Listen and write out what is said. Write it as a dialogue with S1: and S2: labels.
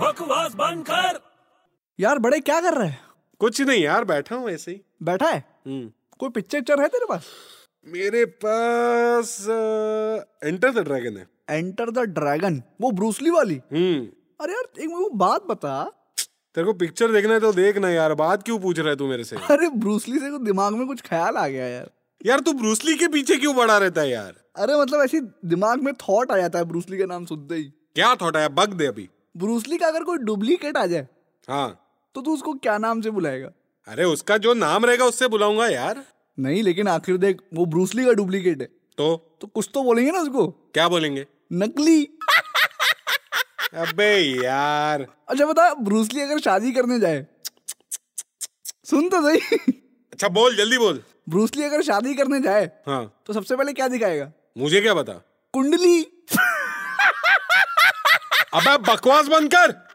S1: बकवास बंद कर
S2: यार बड़े क्या कर रहे हैं
S3: कुछ नहीं यार बैठा हूँ ऐसे ही हम्म।
S2: बैठा है कोई पिक्चर चल है तेरे पास
S3: मेरे पास एंटर द ड्रैगन है
S2: एंटर द ड्रैगन वो ब्रूसली वाली
S3: हम्म
S2: अरे यार एक मेरे को बात बता
S3: तेरे को पिक्चर देखना है तो देखना यार बात क्यों पूछ रहा है तू मेरे से
S2: अरे ब्रूसली से कुछ दिमाग में कुछ ख्याल आ गया यार
S3: यार तू ब्रूसली के पीछे क्यों पड़ा रहता है यार
S2: अरे मतलब ऐसे दिमाग में थॉट आ जाता है ब्रूसली का नाम सुनते ही
S3: क्या थॉट आया बग दे अभी
S2: ब्रूसली का अगर कोई डुप्लीकेट आ जाए
S3: हाँ
S2: तो तू उसको क्या नाम से बुलाएगा
S3: अरे उसका जो नाम रहेगा उससे बुलाऊंगा यार
S2: नहीं लेकिन आखिर देख वो ब्रूसली का डुप्लीकेट है
S3: तो
S2: तो कुछ तो बोलेंगे ना उसको
S3: क्या बोलेंगे
S2: नकली
S3: अबे यार
S2: अच्छा बता ब्रूसली अगर शादी करने जाए सुन तो सही
S3: अच्छा बोल जल्दी बोल
S2: ब्रूसली अगर शादी करने जाए
S3: हाँ
S2: तो सबसे पहले क्या दिखाएगा
S3: मुझे क्या पता
S2: कुंडली
S3: अबे बकवास बंद कर